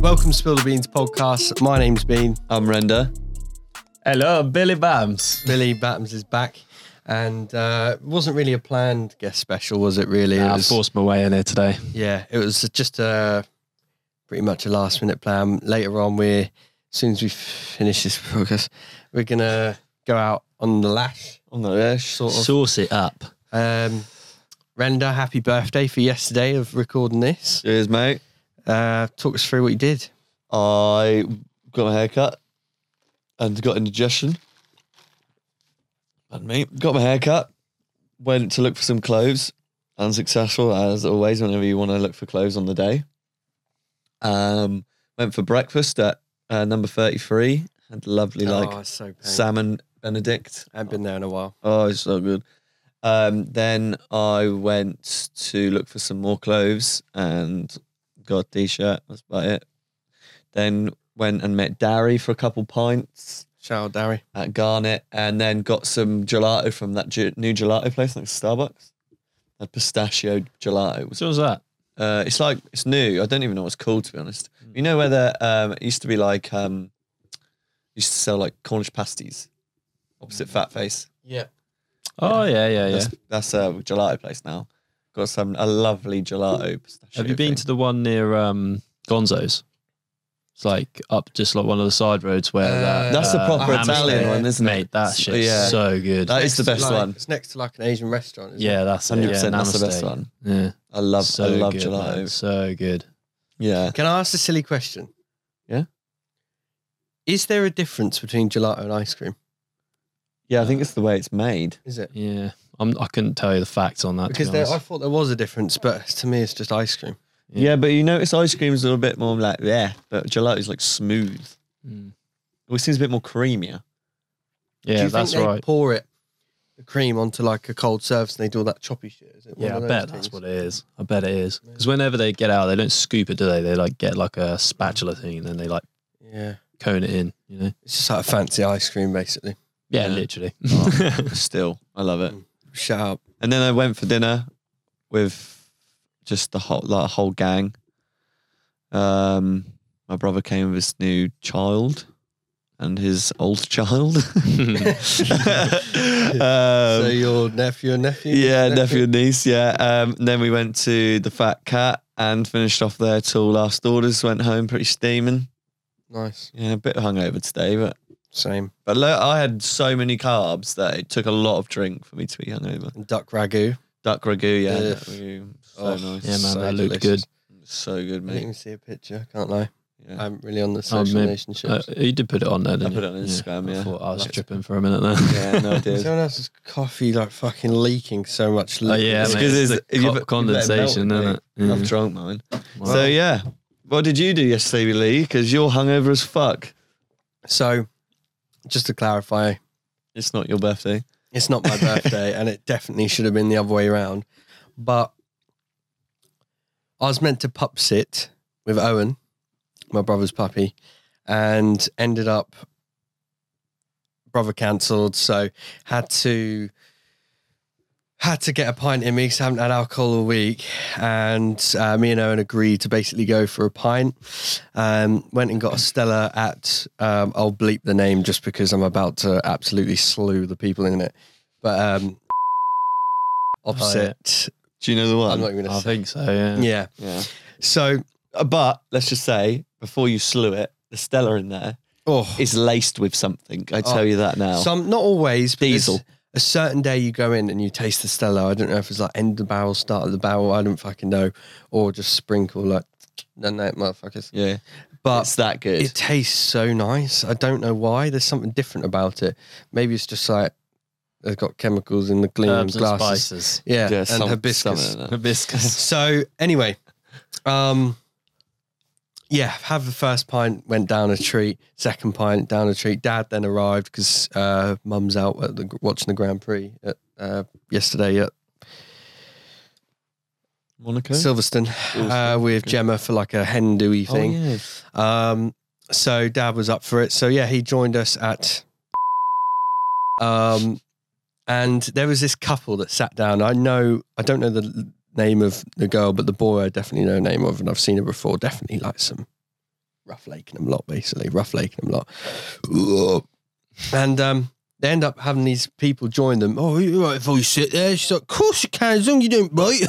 welcome to Spill the Beans podcast. My name's Bean. I'm Render. Hello, Billy Bams. Billy Battams is back. And uh, it wasn't really a planned guest special, was it really? it I was, forced my way in here today. yeah, it was just uh, pretty much a last minute plan. Later on, we're, as soon as we finish this podcast, we're going to go out on the lash, On the lash, sort of. Sauce it up. Um, Renda, happy birthday for yesterday of recording this. Cheers, mate. Uh, talk us through what you did. I got my haircut and got indigestion. And me got my haircut. Went to look for some clothes. Unsuccessful as always. Whenever you want to look for clothes on the day. Um, went for breakfast at uh, number thirty-three. Had lovely like oh, it's so painful. salmon Benedict. I haven't been there in a while. Oh, it's so good. Um, then I went to look for some more clothes and got a t-shirt. That's about it. Then went and met Darry for a couple pints Shout out, Darry. at Garnet, and then got some gelato from that ge- new gelato place next to Starbucks. That pistachio gelato. It was, So was that? uh, it's like it's new. I don't even know what it's called to be honest. You know where the um, it used to be like um, used to sell like Cornish pasties opposite Fat Face. Yeah. Oh yeah, yeah, yeah. That's, that's a gelato place now. Got some a lovely gelato pistachio. Have you been thing. to the one near um, Gonzo's? It's like up just like one of the side roads where that, Uh, That's the proper Hammer's Italian there. one, isn't it? uh, Mate, that So, shit's yeah. so good. That is the best like, one. It's next to like an Asian restaurant. Isn't yeah, that's it. 100%. Yeah, that's the best namaste. one. Yeah, I love. so I love good, gelato. man, So good. Yeah. It? Can I ask a silly question? Yeah. Is there a difference between gelato and ice cream? Yeah. I think it's the way it's made. Is it? Yeah, I'm, I couldn't tell you the facts on that Because to be there, honest. I thought there was a difference, but to me, it's just ice cream. Yeah. Yeah, but you notice ice cream's a little bit more like yeah, but gelato's like smooth. It Mm. always seems a bit more creamier. Do Yeah, you that's think they right. Pour it, the cream onto like a cold surface, and they do all that choppy shit. Is it? one Yeah, I of those bet that's things? what it is. I bet it is. Because whenever they get out, they don't scoop it, do they? They like get like a spatula thing and then they like Yeah. cone it in, you know? It's just like a fancy ice cream, basically. Yeah. Yeah, literally. Still, I love it. Shut up. And then I went for dinner with just the whole like whole gang. Um, my brother came with his new child and his old child. Um, so your nephew and nephew? yeah, nephew and niece. Yeah. Um, and then we went to the Fat Cat and finished off there till last orders. Went home pretty steaming. Nice. Yeah, a bit hungover today, but Same. but lo- I had so many carbs that it took a lot of drink for me to be hungover. And duck ragu. Duck ragu, yeah, Ugh. duck ragu, so Oh, nice. Yeah, man, so that looked delicious. So good, I didn't mate. even see a picture. Can't lie. Yeah. I'm really on the Oh, social maybe- relationships. Uh, you did put it on there, didn't put you? it on Instagram, I yeah. thought I was Like- tripping for a minute there. yeah, no, it is. Someone else's coffee like fucking leaking so much. Oh, yeah, It's mate, 'cause it's it's- the if you put- you let co- it melt, condensation, isn't mate. it? Yeah. I've drunk mine. Mm. Wow. So yeah, what did you do yesterday, Lee? Because you're hungover as fuck. So, just to clarify, It's not your birthday. it's not my birthday, and it definitely should have been the other way around. But I was meant to pup sit with Owen, my brother's puppy, and ended up brother cancelled, so had to had to get a pint in me because I haven't had alcohol all week. And uh, me and Owen agreed to basically go for a pint. Um, went and got a Stella at, um, I'll bleep the name just because I'm about to absolutely slew the people in it. But um, opposite, Do you know the one? I'm not even I going to say. think so, yeah. Yeah. yeah. So, Uh, But let's just say before you slew it, the Stella in there oh, is laced with something. I tell Oh, you that now. some, not always, but there's Diesel. A certain day you go in and you taste the Stella. I don't know if it's like end of the barrel, start of the barrel. I don't fucking know. Or just sprinkle like, none that motherfuckers. yeah, But it's that good. It tastes so nice. I don't know why. There's something different about it. Maybe it's just like they've got chemicals in the clean um, Herbs and glasses. spices. Yeah, Yeah, and some- hibiscus. something like that. Hibiscus. So anyway, um, yeah, have the first pint, went down a treat. Second pint, down a treat. Dad then arrived because uh, mum's out at the, watching the Grand Prix at, uh, yesterday at Monaco. Silverstone uh, with Gemma for like a Hindu oh, thing. yeah. Um, so dad was up for it. So yeah, he joined us at. Um, and there was this couple that sat down. I know, I don't know the l- name of the girl, but the boy I definitely know the name of, and I've seen her before. Definitely like some rough laking them a lot, basically. Rough laking them a lot. And um, they end up having these people join them. Oh, you right if I sit there? She's like, of course you can, as long as you don't bite.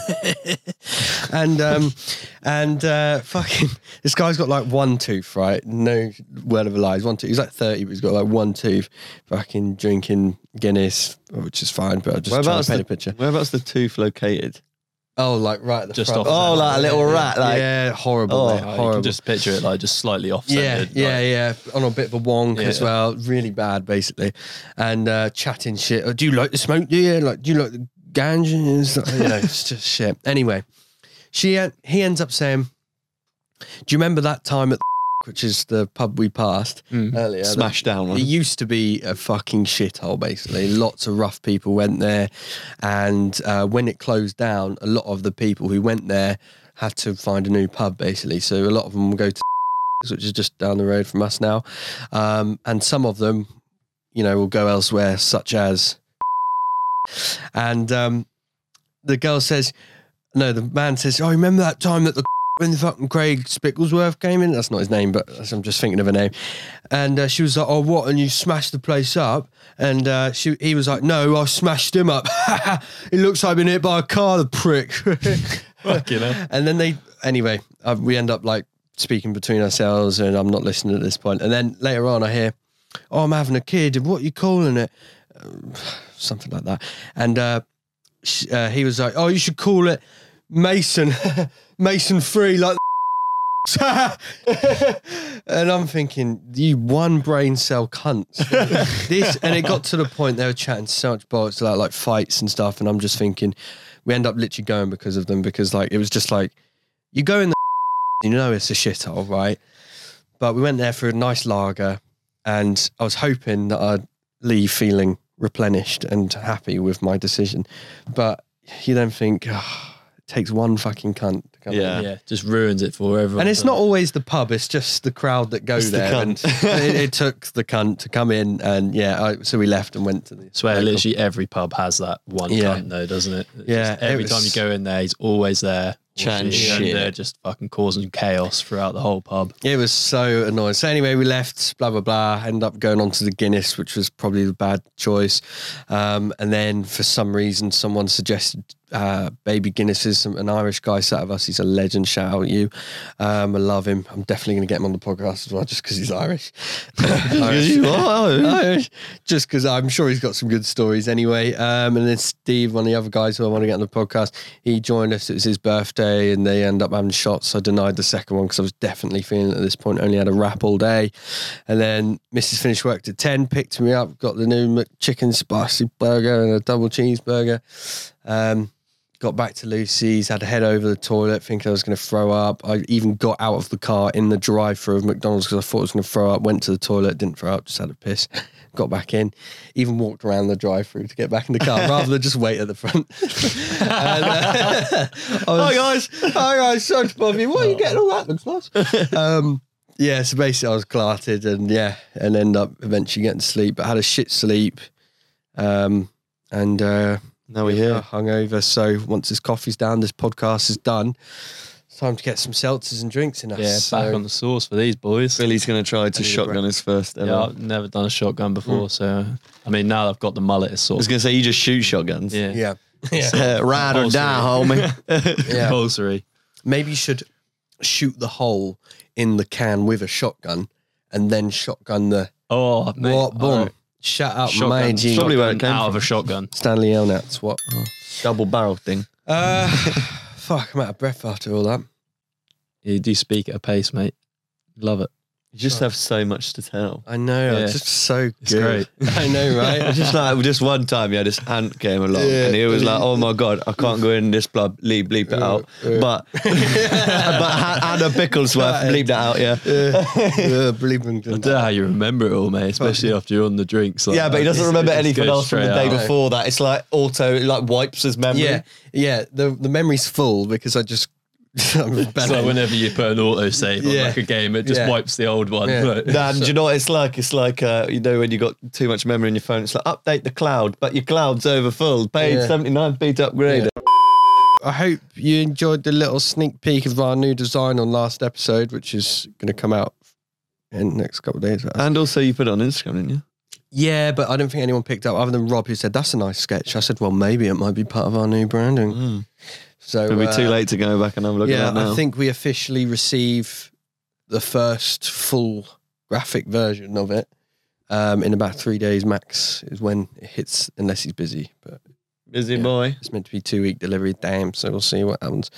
and um, and uh, fucking, this guy's got like one tooth, right? No word of a lie. He's one tooth. He's like 30, but he's got like one tooth. Fucking drinking Guinness, which is fine, but I just trying Whereabouts to paint the- a picture. Whereabouts the tooth located? Oh, like right at the Just front. off Oh, the- like a little rat, like- yeah, horrible, Oh, mate, Like, you horrible. can just picture it like just slightly offset. yeah, yeah, yeah, on a bit of a wonk as Yeah. well, really bad, basically, and uh, chatting shit. Oh, do you like the smoke? Do you like? Do you like the ganja? And it's like, you know, it's just shit. Anyway, she en- he ends up saying, "Do you remember that time at the which is the pub we passed Mm. earlier? that- Smashed down it one. used to be a fucking shithole, basically. Lots of rough people went there. And uh, when it closed down, a lot of the people who went there had to find a new pub, basically. So a lot of them will go to which is just down the road from us now. Um, and some of them, you know, will go elsewhere, such as. And um, the girl says, no, the man says, oh, remember that time that the when the fucking Craig Spicklesworth came in? That's not his name, but that's- I'm just thinking of a name. And uh, she was like, "Oh, what?" And you smashed the place up. And uh, she, he was like, "No, I smashed him up. it looks like I've been hit by a car, the prick." Fucking hell. And then they, anyway, uh, we end up like speaking between ourselves, and I'm not listening at this point. And then later on, I hear, "Oh, I'm having a kid. What are you calling it?" Um, Something like that. And uh, sh- uh, he was like, "Oh, you should call it Mason, Mason Free, like." and I'm thinking, you one brain cell cunts. this and it got to the point they were chatting so much bollocks about like fights and stuff, and I'm just thinking, we end up literally going because of them because like it was just like you go in the you know it's a shithole, right? But we went there for a nice lager, and I was hoping that I'd leave feeling replenished and happy with my decision, but you then think. "Ah, it Takes one fucking cunt to come in." Yeah. Yeah, just ruins it for everyone. And it's not always the pub; it's just the crowd that go It's the there. cunt. And it, it took the cunt to come in, and yeah, I, so we left and went to the. I swear, local- literally every pub has that one Yeah. cunt though, doesn't it? It's Yeah, just every it time you was- go in there, he's always there. Chatting And shit. They're just fucking causing chaos throughout the whole pub. It was so annoying. So anyway, we left. Blah blah blah. Ended up going on to the Guinness, which was probably the bad choice. Um, and then for some reason, someone suggested uh, Baby Guinnesses. Some, an Irish guy sat of us. He's a legend. Shout out you. Um, I love him. I'm definitely going to get him on the podcast as well, just because he's Irish. Irish. Irish. Just because I'm sure he's got some good stories anyway. Um, and then Steve, one of the other guys who I want to get on the podcast, he joined us. It was his birthday, and they end up having shots. I denied the second one because I was definitely feeling at this point. Only had a wrap all day, and then Mrs. finished work at ten, picked me up, got the new chicken spicy burger and a double cheeseburger. Um, got back to Lucy's, had to head over the toilet, thinking I was going to throw up. I even got out of the car in the drive-through of McDonald's because I thought I was going to throw up. Went to the toilet, didn't throw up, just had a piss. Got back in, even walked around the drive-through to get back in the car rather than just wait at the front. and, uh, I was- Hi guys. Hi guys, so Bobby, what are you getting all that? Looks nice. Um, yeah, so basically I was clarted and yeah, and end up eventually getting sleep, but had a shit sleep. Um, and uh, Now we're here. hungover. So once this coffee's down, this podcast is done. It's time to get some seltzers and drinks in us. Yeah, so, back on the source for these boys. Billy's going to try to need a shotgun break. his first ever. Yeah, I've never done a shotgun Mm. before, so I mean now that I've got the mullet, it's I sort was of going to say, you just shoot shotguns. yeah, yeah, yeah, Uh, ride or die, homie. yeah. compulsory. Maybe you should shoot the hole in the can with a shotgun and then shotgun the Oh, mate, what? Boom! alright. Shut up, Shotgun. my G. Probably where it came out from. of a shotgun. Stanley Elnats. What? Double barrel thing. Uh, fuck, I'm out of breath after all that. You do speak at a pace, mate. Love it. You just have so much to tell. I know. Yeah. It's just so It's good. I know, right? It's just like just one time, yeah, this ant came along, Yeah. and he was like, "Oh my god, I can't go in this blub, bleep, bleep it out." But but Anna Bicklesworth bleeped that out, yeah. yeah, believe me. I don't know how you remember it all, mate, especially after you're on the drinks. Like Yeah, but he that. doesn't It's- remember it just anything goes else from the straight day out. before that. It's like auto, it like wipes his memory. Yeah, yeah. The the memory's full because I just I'm It's like whenever you put an auto save on Yeah. like a game, it just Yeah. wipes the old one. Yeah. Like, Nah, and do you know what it's like? It's like uh, you know when you got too much memory in your phone. It's like update the cloud, but your cloud's overfull. Page Yeah. seventy nine, beat upgrade. Yeah. I hope you enjoyed the little sneak peek of our new design on last episode, which is going to come out in the next couple of days. And also, you put it on Instagram, didn't you? Uh, yeah, but I don't think anyone picked up other than Rob, who said that's a nice sketch. I said, well, maybe it might be part of our new branding. So It'll be uh, too late to go back and have a look Mm. yeah, at that now. I think we officially receive the first full graphic version of it um, in about three days max is when it hits, unless he's busy. But Busy yeah. boy. it's meant to be two week delivery. Damn, so we'll see what happens.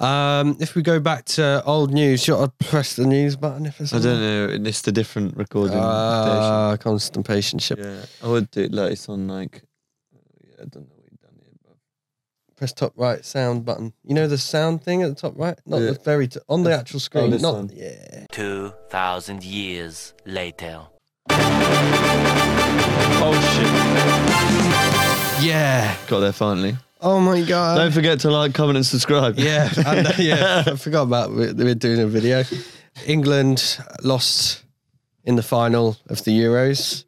Um, if we go back to old news, should I press the news button if it's I on? don't know. It's the different recording. station. Ah, constipation ship. Yeah, I would do it like it's on like. uh, Yeah, I don't know what you've done here, but Press top right sound button. You know the sound thing at the top right, not Yeah. the very t- on the actual screen. this not one. yeah. 2,000 years later. oh Yeah. shit, got there finally. Oh my god. don't forget to like, comment, and subscribe. Yeah, and, uh, yeah. I forgot about we we're doing a video. England lost in the final of the Euros.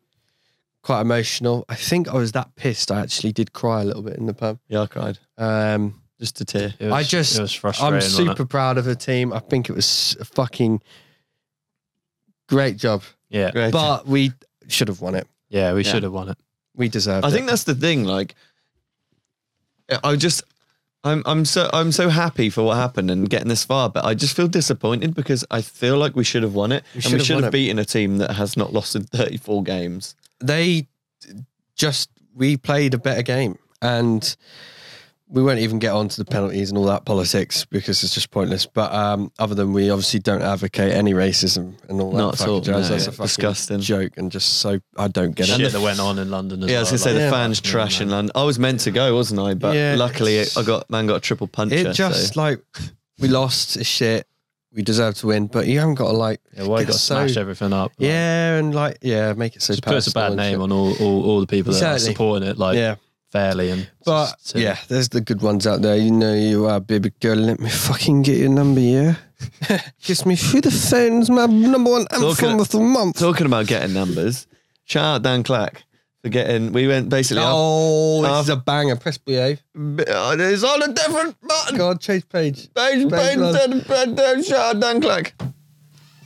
Quite emotional. I think I was that pissed. I actually did cry a little bit in the pub. yeah, I cried Um, just a tear. It I was- just- it was frustrating. I'm wasn't it? super proud of the team. I think it was a fucking great job, Yeah, Great. but we should have won it. yeah, we Yeah. should have won it. We deserved. I it. think that's the thing. Like, I just, I'm, I'm so, I'm so happy for what happened and getting this far, but I just feel disappointed because I feel like we should have won it, and should we have should won it. have beaten a team that has not lost in 34 games. they just we played a better game and we won't even get onto the penalties and all that politics because it's just pointless. But um, other than we obviously don't advocate any racism and all that, Not at fucking all, jazz. That's a no, yeah. fucking Disgusting. joke and just so I don't get Shit it. the- that went on in London as Yeah, I well. was gonna say like, the Yeah. fans Yeah, trash in man. London. I was meant to go, wasn't I? But Yeah, luckily, it's- I got man got a triple puncher. It just so- like we lost is shit. We deserve to win, but you haven't got to like Yeah, why get got so- smashed everything up? like, yeah and like yeah make it so. just puts a personal bad and name shit. on all, all, all the people that are Exactly. supporting it, like Yeah, fairly and. but just silly. yeah, there's the good ones out there. You know you are, baby girl. Let me fucking get your number, yeah. Kiss me through the phones, my number one anthem Talking- of the month. Talking about getting numbers, shout out Dan Clack for getting. We went basically. Oh. Oh, Af- this is a banger. Press behave. It's on a different button. God, Chase Page. Page, page, Love. Dan- Dan- Dan- shout out Dan Clack.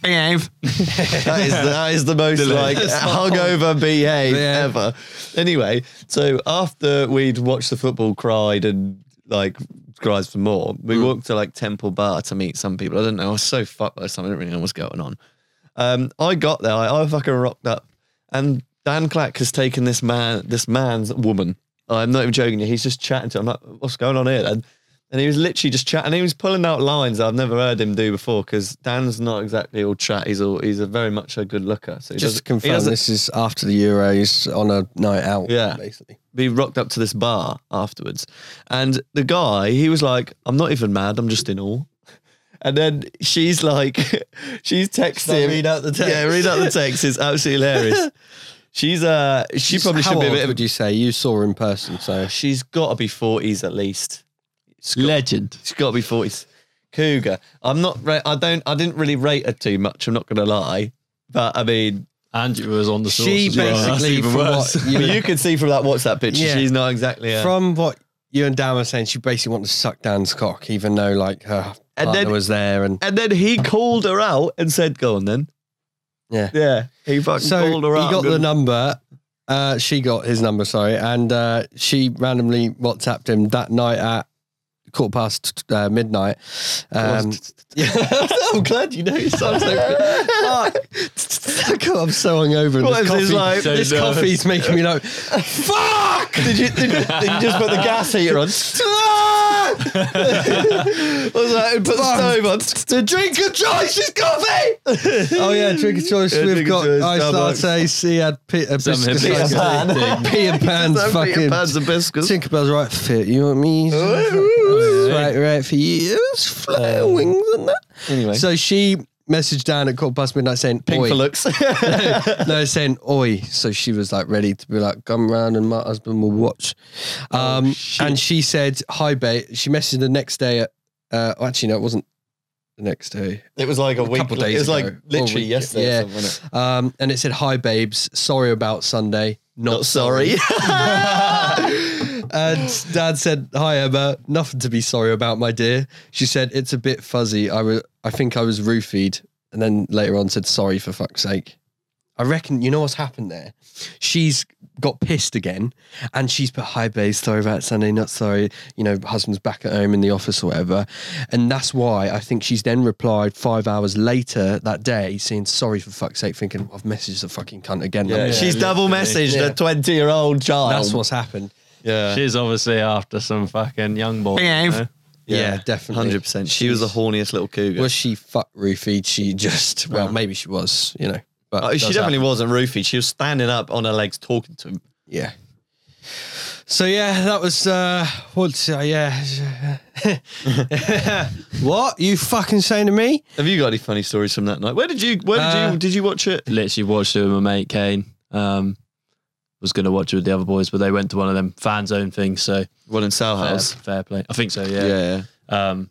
Behave. that, is the, that is the most like hungover behave Yeah. ever. Anyway, so after we'd watched the football, cried and like cried for more, we walked to like Temple Bar to meet some people. I didn't know. I was so fucked by something. I didn't really know what's going on. Um, I got there. I, I fucking rocked up, and Dan Clack has taken this man, this man's woman. I'm not even joking. you, He's just chatting to. Him. I'm like, what's going on here? And and he was literally just chatting. He was pulling out lines I've never heard him do before. Because Dan's not exactly all chat. He's all. He's a very much a good looker. So he Just to doesn't- he confirm, doesn't- this is after the Euros on a night out. Yeah. basically. we rocked up to this bar afterwards, and the guy, he was like, "I'm not even mad. I'm just in awe." And then she's like, she's texting. I read out the text? Yeah, read out the text. It's absolutely hilarious. She's uh, she probably How should be a old bit of a Would you say you saw her in person? So She's got to be forties at least. legend. She's got to be forties. Cougar. I'm not. Ra- I don't. I didn't really rate her too much. I'm not gonna lie. But I mean, Andrew was on the source. she as well. That's basically, even from worse. what you, but you can see from that WhatsApp picture, Yeah. she's not exactly. A, from what you and Dan were saying, she basically wanted to suck Dan's cock, even though like her And partner then- was there, and and then he called her out and said, "Go on, then." yeah. Yeah, he fucking So he called her out. got and- the number. Uh, she got his number, sorry, and uh, she randomly WhatsApped him that night at quarter past uh, midnight. Um, I'm glad you know. You sound so good. Fuck. Um, God, I'm so hungover. and What This, if it's coffee, like- this So nervous. coffee's making me like, fuck! Did you, did, you, did you just put the gas heater on? I was like, put the stove on. The drink of choice is coffee. Oh yeah, drink of choice. Yeah, We've drink of got choice, ice Starbucks. latte, Sead, P- uh, Some biscuits, hippie ice Pan. latte, Peter Pan's Don't beat fucking your pans and biscuits. Tinkerbell's right fit. You know what I mean? ooh, right, right for you. It's flying wings and that. Um, Anyway, So she messaged Dan at quarter past midnight saying, pink "Oi." for looks. no, saying "oi." So she was like ready to be like, "Come round and my husband will watch." Oh, Um, and she said, "Hi, babe." She messaged the next day at. Uh, well, actually, no, it wasn't the next day. it was like a, week. couple days it was like ago. Or a literally week, yesterday. yeah. Or something, wasn't it? Um, and it said, "Hi, babes. Sorry about Sunday. Not, Not sorry. And Dad said, "Hi Emma, nothing to be sorry about, my dear." She said, "It's a bit fuzzy. I wa- I think I was roofied." and then later on said sorry for fuck's sake. I reckon you know what's happened there. She's got pissed again, and she's put hi babe, sorry about Sunday, not sorry. You know, husband's back at home in the office or whatever, and that's why I think she's then replied five hours later that day, saying sorry for fuck's sake, thinking I've messaged the fucking cunt again. Yeah, she's double literally. messaged Yeah. a 20 year old child. that's what's happened. Yeah. She's obviously after some fucking young boy. you know? Yeah, definitely. 100%. She was the horniest little cougar. Was she fuck roofied? She just well, maybe she was, you know. But Uh-huh. Oh, it she does definitely happen. wasn't roofied. She was standing up on her legs talking to him. Yeah. So yeah, that was uh what uh, yeah. what you fucking saying to me? Have you got any funny stories from that night? Where did you where did Uh, you did you watch it? Literally watched it with my mate Kane. Um, was going to watch it with the other boys, but they went to one of them fan zone things. So Well in Sow fair, House. fair play. I think so. Yeah. yeah. Um,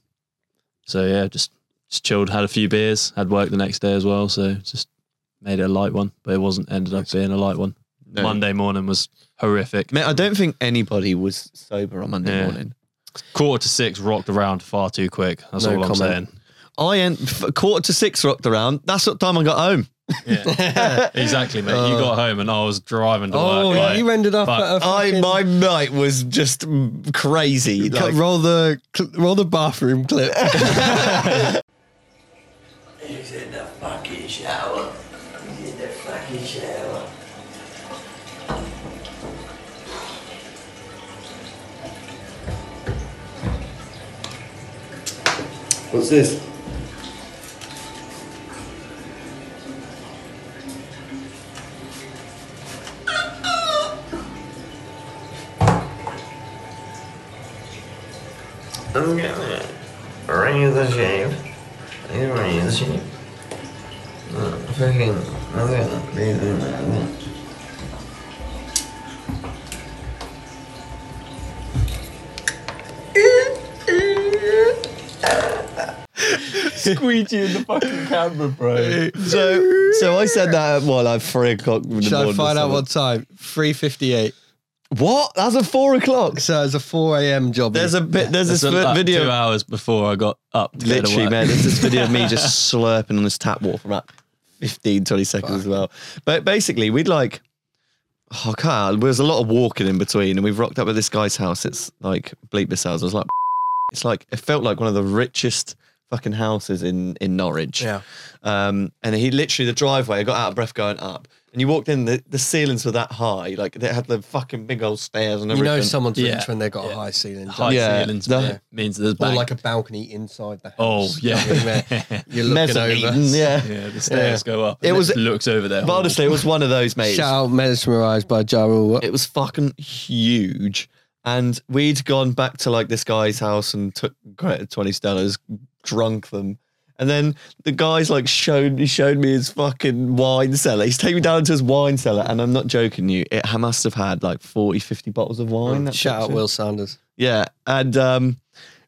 so yeah, just just chilled, had a few beers, had work the next day as well, so just made it a light one, but it wasn't ended up being a light one. No. Monday morning was horrific. Man, I don't think anybody was sober on Monday Yeah. morning. Quarter to six rocked around far too quick. That's No all I'm comment. saying. I en- f- quarter to six rocked around. That's what time I got home. Exactly, mate. you Oh. got home and I was driving to Oh, work. like, you ended up fuck. at a I fucking- my night was just mm, crazy. Cut- Like, roll the cl- roll the bathroom clip. He's in the fucking shower. He's in the fucking shower. What's this? Okay. Ring of the shave. You don't need this shit. No, fucking, nothing, reason, nothing. so so I said that at what like three o'clock. In the Should I morning or find out something. what time? Three fifty eight. What? That's a four o'clock. So it's a four a.m. job. There's a bit. There's this so, like, video. two hours before I got up. To go to Literally, work. man. There's this video of me just slurping on this tap water for about 15, 20 seconds as well. But basically, we'd like, oh, God, there was a lot of walking in between, and we've rocked up at this guy's house. It's like bleep this house. I was like, it's like, it felt like one of the richest fucking houses in, in Norwich. Yeah. Um, and he literally, the driveway, I got out of breath going up. And you walked in, the, the ceilings were that high. Like, they had the fucking big old stairs and you everything. know someone's Yeah. rich when they got a high ceiling, High Yeah, ceilings no. man, means there's or bank. like a balcony inside the house. Oh, yeah. You know what I mean, where you're looking over. Mezzanine, yeah. yeah, the stairs go up. It It was- was looks over there. But honestly, it was one of those, mate. Shout out mesmerized by Ja Rule. it was fucking huge. And we'd gone back to like this guy's house and took Greta 20 Stellas, drunk them. And then the guy's like showed he showed me his fucking wine cellar. He's taken me down to his wine cellar, and I'm not joking you. It ha- must have had like 40, 50 bottles of wine. that Oh, Shout out picture. Will Sanders. Yeah. And um,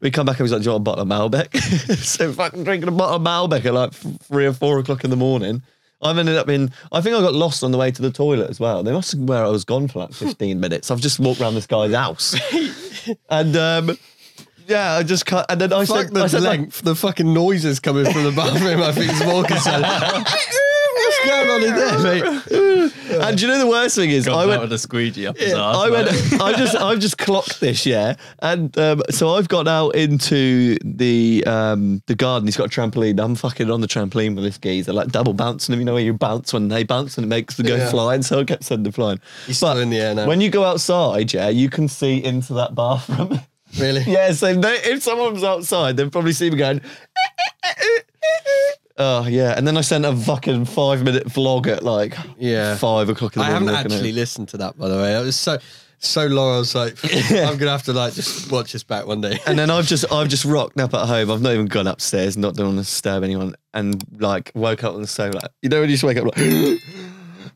we come back and he's like, Do you want a bottle of Malbec? so fucking drinking a bottle of Malbec at like f- three or four o'clock in the morning. I've ended up in, I think I got lost on the way to the toilet as well. They must have where I was gone for like 15 minutes. I've just walked around this guy's house. and um, yeah, I just cut. And then I Fuck said, the I said, like, length, the fucking noises coming from the bathroom. I think is more concerning. What's going on in there, mate? and do you know the worst thing is, Comes I out went, with a squeegee up his Yeah, arse, I went. like- I just. I've just clocked this. Yeah, and um, so I've gone out into the um, the garden. He's got a trampoline. I'm fucking on the trampoline with this geezer, like double bouncing him. You know where you bounce when they bounce and it makes them go Yeah. flying. So I kept sending them flying. He's still in the air now. When you go outside, yeah, you can see into that bathroom. Really? yeah, so they, if someone was outside, they'd probably see me going. Oh yeah, and then I sent a fucking five minute vlog at like Yeah. five o'clock in the I haven't morning. actually listened to that, by the way. It was so so long. I was like, I'm gonna have to like just watch this back one day. and then I've just I've just rocked up at home. I've not even gone upstairs, not don't want to disturb anyone, and like woke up on the sofa. Like, you know when you just wake up like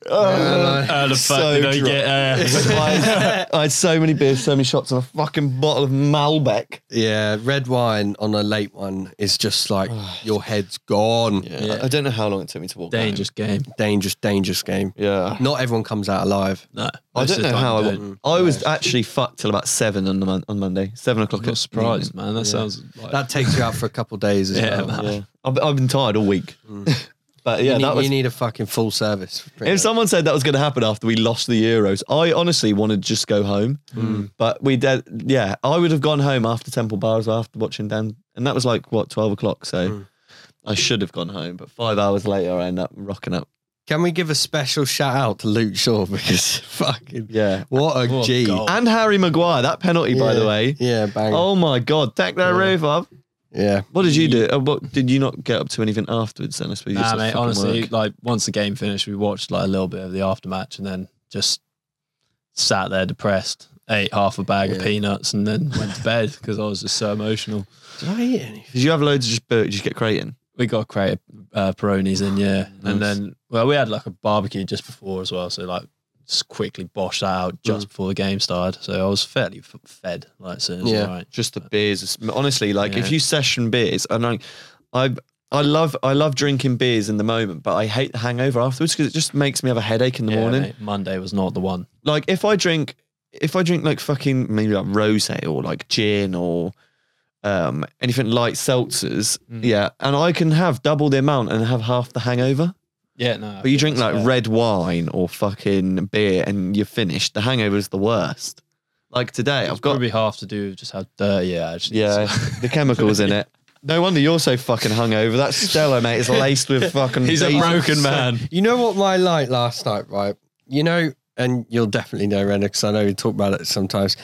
How the fuck So did I drunk. get uh, I, I had so many beers, so many shots, and a fucking bottle of Malbec. Yeah, red wine on a late one is just like your head's gone. Yeah. I, I don't know how long it took me to walk. home. dangerous game? Dangerous, dangerous game. Yeah. Not everyone comes out alive. No, I most don't of the know time how I you wa- don't. I was actually fucked till about seven on the mon- on Monday, seven o'clock. I'm not surprised, man. That sounds like That takes you out for a couple of days as Yeah, well. man. Yeah, I've, I've been tired all week. Mm. but yeah, you, need, that was. you need a fucking full service. pretty if much. someone said that was going to happen after we lost the Euros, I honestly wanted to just go home. Hmm. But we did. Yeah, I would have gone home after Temple Bars after watching Dan, and that was like what twelve o'clock. So Hmm. I should have gone home. But five hours later, I end up rocking up. Can we give a special shout out to Luke Shaw because fucking Yeah, what a What a G. goal. and Harry Maguire that penalty, by the Yeah. way. Yeah, bang. Oh my God! Take that roof off. Yeah. What did you do? Uh, what did you not get up to anything afterwards? Then I suppose you Nah, just mate. fucking Honestly, work. like once the game finished, we watched like a little bit of the aftermatch, and then just sat there depressed. Ate half a bag of peanuts and then went to bed because I was just so emotional. Did I eat anything? Did you have loads of just bur- did you get Creighton? We got creative uh, Peronis in, yeah, and Ah, Nice. then well, we had like a barbecue just before as well, so like just quickly boshed that out Mm. just before the game started. So I was fairly f- fed, like so it was Yeah. all right. Just the beers. It's- Honestly, like if Yeah. you session beers, and I, I, I love I love drinking beers in the moment, but I hate the hangover afterwards because it just makes me have a headache in the Yeah, morning. mate, Monday was not the one. Like if I drink, if I drink like fucking maybe like rosé or like gin or um anything light seltzers, Mm. yeah, and I can have double the amount and have half the hangover. Yeah, no. But you drink like red wine or fucking beer and you're finished. The hangover is the worst. Like today, I've I've got got probably half to do with just how dirty it actually. is. yeah the chemicals in it. No wonder you're so fucking hungover. That Stella, mate, is laced with fucking. He's a diesel. broken man. You know what my light last night, right? You know, and you'll definitely know Renner because I know we talk about it sometimes.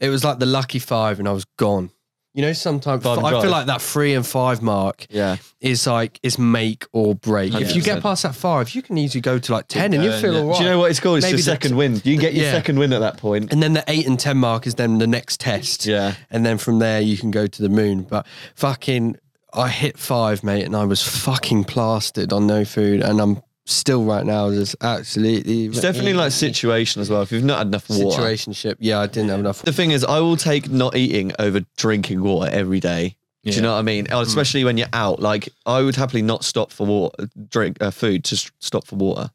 It was like the lucky five, and I was gone. You know, sometimes Five and I drive. feel like that three and five mark Yeah, is like is make or break. If you 100%. get past that five, you can easily go to like ten, and you going, feel yeah. all right. do you know what it's called? It's Maybe the second that's- win. You can get your Yeah. second win at that point. And then the eight and ten mark is then the next test. Yeah. And then from there you can go to the moon. But fucking I hit five, mate, and I was fucking plastered on no food and I'm still right now just absolutely It's definitely like situation as well. If you've not had enough water, situationship. Yeah, I didn't have enough. the thing is, I will take not eating over drinking water every day. Do you Yeah. know what I mean? Oh, Especially when you're out. Like, I would happily not stop for water, drink uh, food, just stop for water.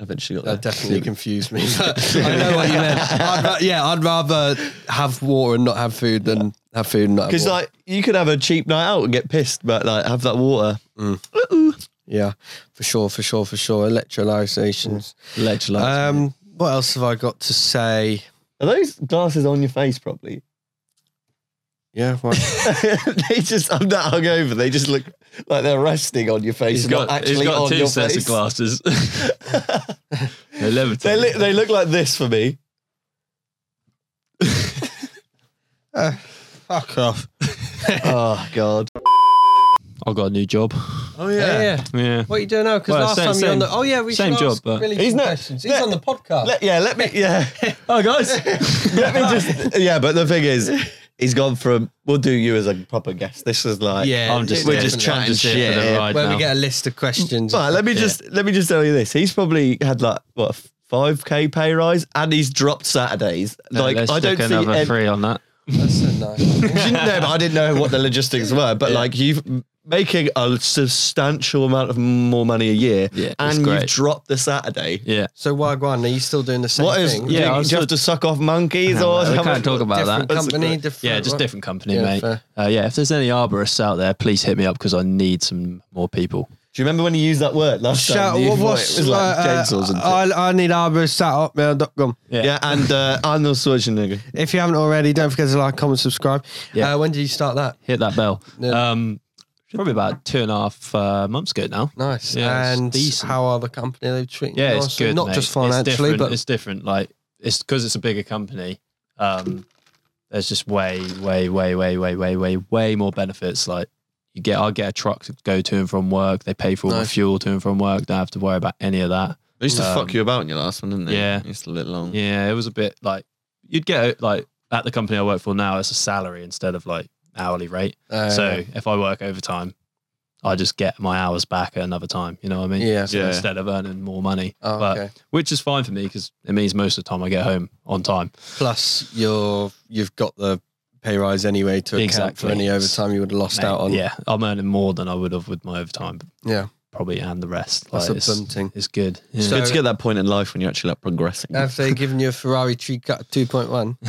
Eventually got That there. definitely confused me. But I know what you meant. I'd ra- yeah, I'd rather have water and not have food than have food and not have Because water. like you could have a cheap night out and get pissed, but like have that water. yeah, for sure, for sure, for sure. Electrolysations. Ledge like Um, what else have I got to say? Are those glasses on your face? Probably. Yeah, what? they just I'm not hungover. They just look like they're resting on your face. he's and not got actually he's got on two your sets face. of glasses. they levitate. They li- they look like this for me. Uh, Fuck off. oh God. I got a new job. Oh yeah. yeah. Yeah. What are you doing now? Because Well, last same- time you were on same- the. Oh yeah, we same should job, ask but- Billy He's some not- questions. He's let- on the podcast. Let, yeah, let me. Yeah, Oh guys. let me just. Yeah, but the thing is, he's gone from. We'll do you as a proper guest. This is like. Yeah, I'm just we're yeah, just definitely. chatting I'm just here for the shit. ride Where now. we get a list of questions. But let me just let me just tell you this: he's probably had like what five k pay rise, and he's dropped Saturdays. No, like let's I don't stick see. another ev- three on that. That's so nice. You didn't know, but I didn't know what the logistics were. But like you've making a substantial amount of more money a year, Yeah, it's and you've great. dropped the Saturday. Yeah. so Wagwan, are you still doing the same What is? thing? Yeah, do you, I was do you have sort to suck off monkeys or we something? can't talk about Different that. company, different. Yeah, just what? different company, Yeah, mate. fair. Uh, yeah, if there's any arborists out there, please hit me up because I need some more people. Do you remember when you used that word last Shout. time? What You- was? it was like uh, chainsaws and shit. I, I need arborist.com. I- yeah, and uh, Arnold Schwarzenegger. If you haven't already, don't forget to like, comment, subscribe. Yeah. Uh, when did you start that? Hit that bell. Yeah. Um, probably about two and a half uh, months ago now. Nice. Yeah, it's and decent. how are the company they treating you? Yeah, it's nicely? good. Not mate. just it's financially, different, but it's different. Like it's because it's a bigger company. Um, there's just way, way, way, way, way, way, way, way more benefits. Like you get, I get a truck to go to and from work. They pay for all my Nice. fuel to and from work. Don't have to worry about any of that. They used to Um, fuck you about in your last one, didn't they? yeah. It's a little long. Yeah, it was a bit like you'd get like at the company I work for now, it's a salary instead of like hourly rate. Uh, so if I work overtime, I just get my hours back at another time. You know what I mean? Yeah. So Yeah. instead of earning more money, Oh, but, okay. which is fine for me because it means most of the time I get home on time. Plus, you're you've got the pay rise anyway to account for Exactly. any overtime you would have lost Mate, out on. Yeah, I'm earning more than I would have with my overtime, yeah, probably, and the rest. Like, that's it's, a bunting. it's good. It's So- Yeah. good to get that point in life when you're actually like progressing. Have they given you a Ferrari tree cut two point one?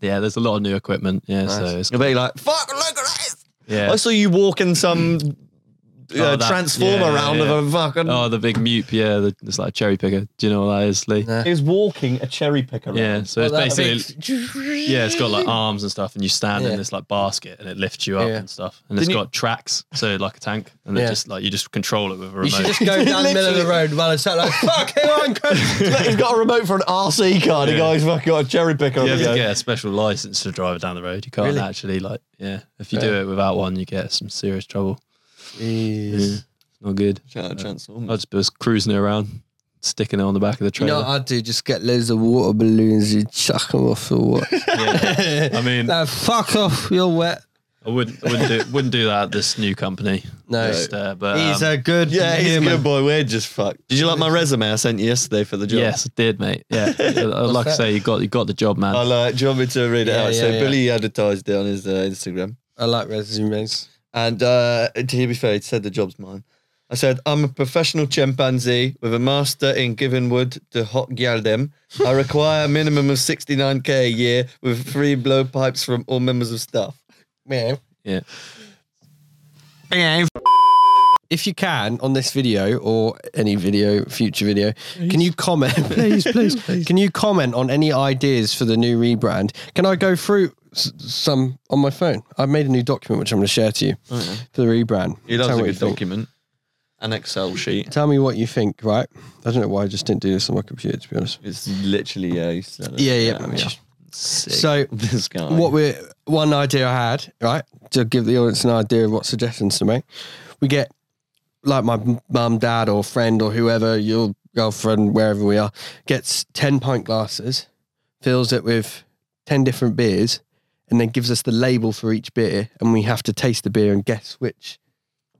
yeah, there's a lot of new equipment. Yeah, so Nice. it's You'll be like, fuck, look at this. yeah. I saw you walking some uh, Oh, that- transformer yeah, round yeah. of a fucking. Oh, the big mute. Yeah, the, it's like a cherry picker. Do you know what that is, Lee? No. He was walking a cherry picker. Yeah, so it's basically yeah, it's got like arms and stuff, and you stand Yeah. in this like basket, and it lifts you up Yeah. and stuff, and it's Didn't you- got tracks, so like a tank, and Yeah. it just like you just control it with a You remote. should just go down the middle of the road while it's out like fuck. Hang on, Chris." He's got a remote for an RC car. The Yeah. guy's fucking got a cherry picker. on you have the to go. get a special license to drive it down the road. You can't Really? actually like yeah. If you do it without one, you get some serious trouble. Yeah. Not good. Shout out transformer. I just was cruising it around, sticking it on the back of the You know trailer. what I'd do? Just get loads of water balloons and chuck them off the what? Yeah. I mean, no, fuck off. You're wet. I wouldn't wouldn't do wouldn't do that. at This new company. No. Just, uh, but He's um, a good Yeah, he's a human. good boy. We're just fucked. Did you like my resume I sent you yesterday for the job? Yes, I did, mate. Yeah, like I that? say, you got you got the job, man. I'll, uh, do you want me to read it Yeah, out? yeah, so yeah. Billy advertised it on his uh, Instagram. I like resumes. And uh, to be fair, he said the job's mine. I said, I'm a professional chimpanzee with a master in giving wood to hot gyaldem. I require a minimum of 69k a year with three blowpipes from all members of staff. Yeah. Yeah. If you can on this video or any video, future video, can you comment? please, please, Can you comment on any ideas for the new rebrand? Can I go through s- some on my phone? I've made a new document which I'm going to share to you for the rebrand. He loves Tell me what a good you think. document. An Excel sheet. Tell me what you think, right? I don't know why I just didn't do this on my computer, to be honest. It's literally, yeah, he said it. Yeah, yeah. Sick. So, this guy. what we are one idea I had, right, to give the audience an idea of what suggestions to make. We get like my m- mum, dad, or friend, or whoever your girlfriend, wherever we are, gets ten pint glasses, fills it with ten different beers, and then gives us the label for each beer, and we have to taste the beer and guess which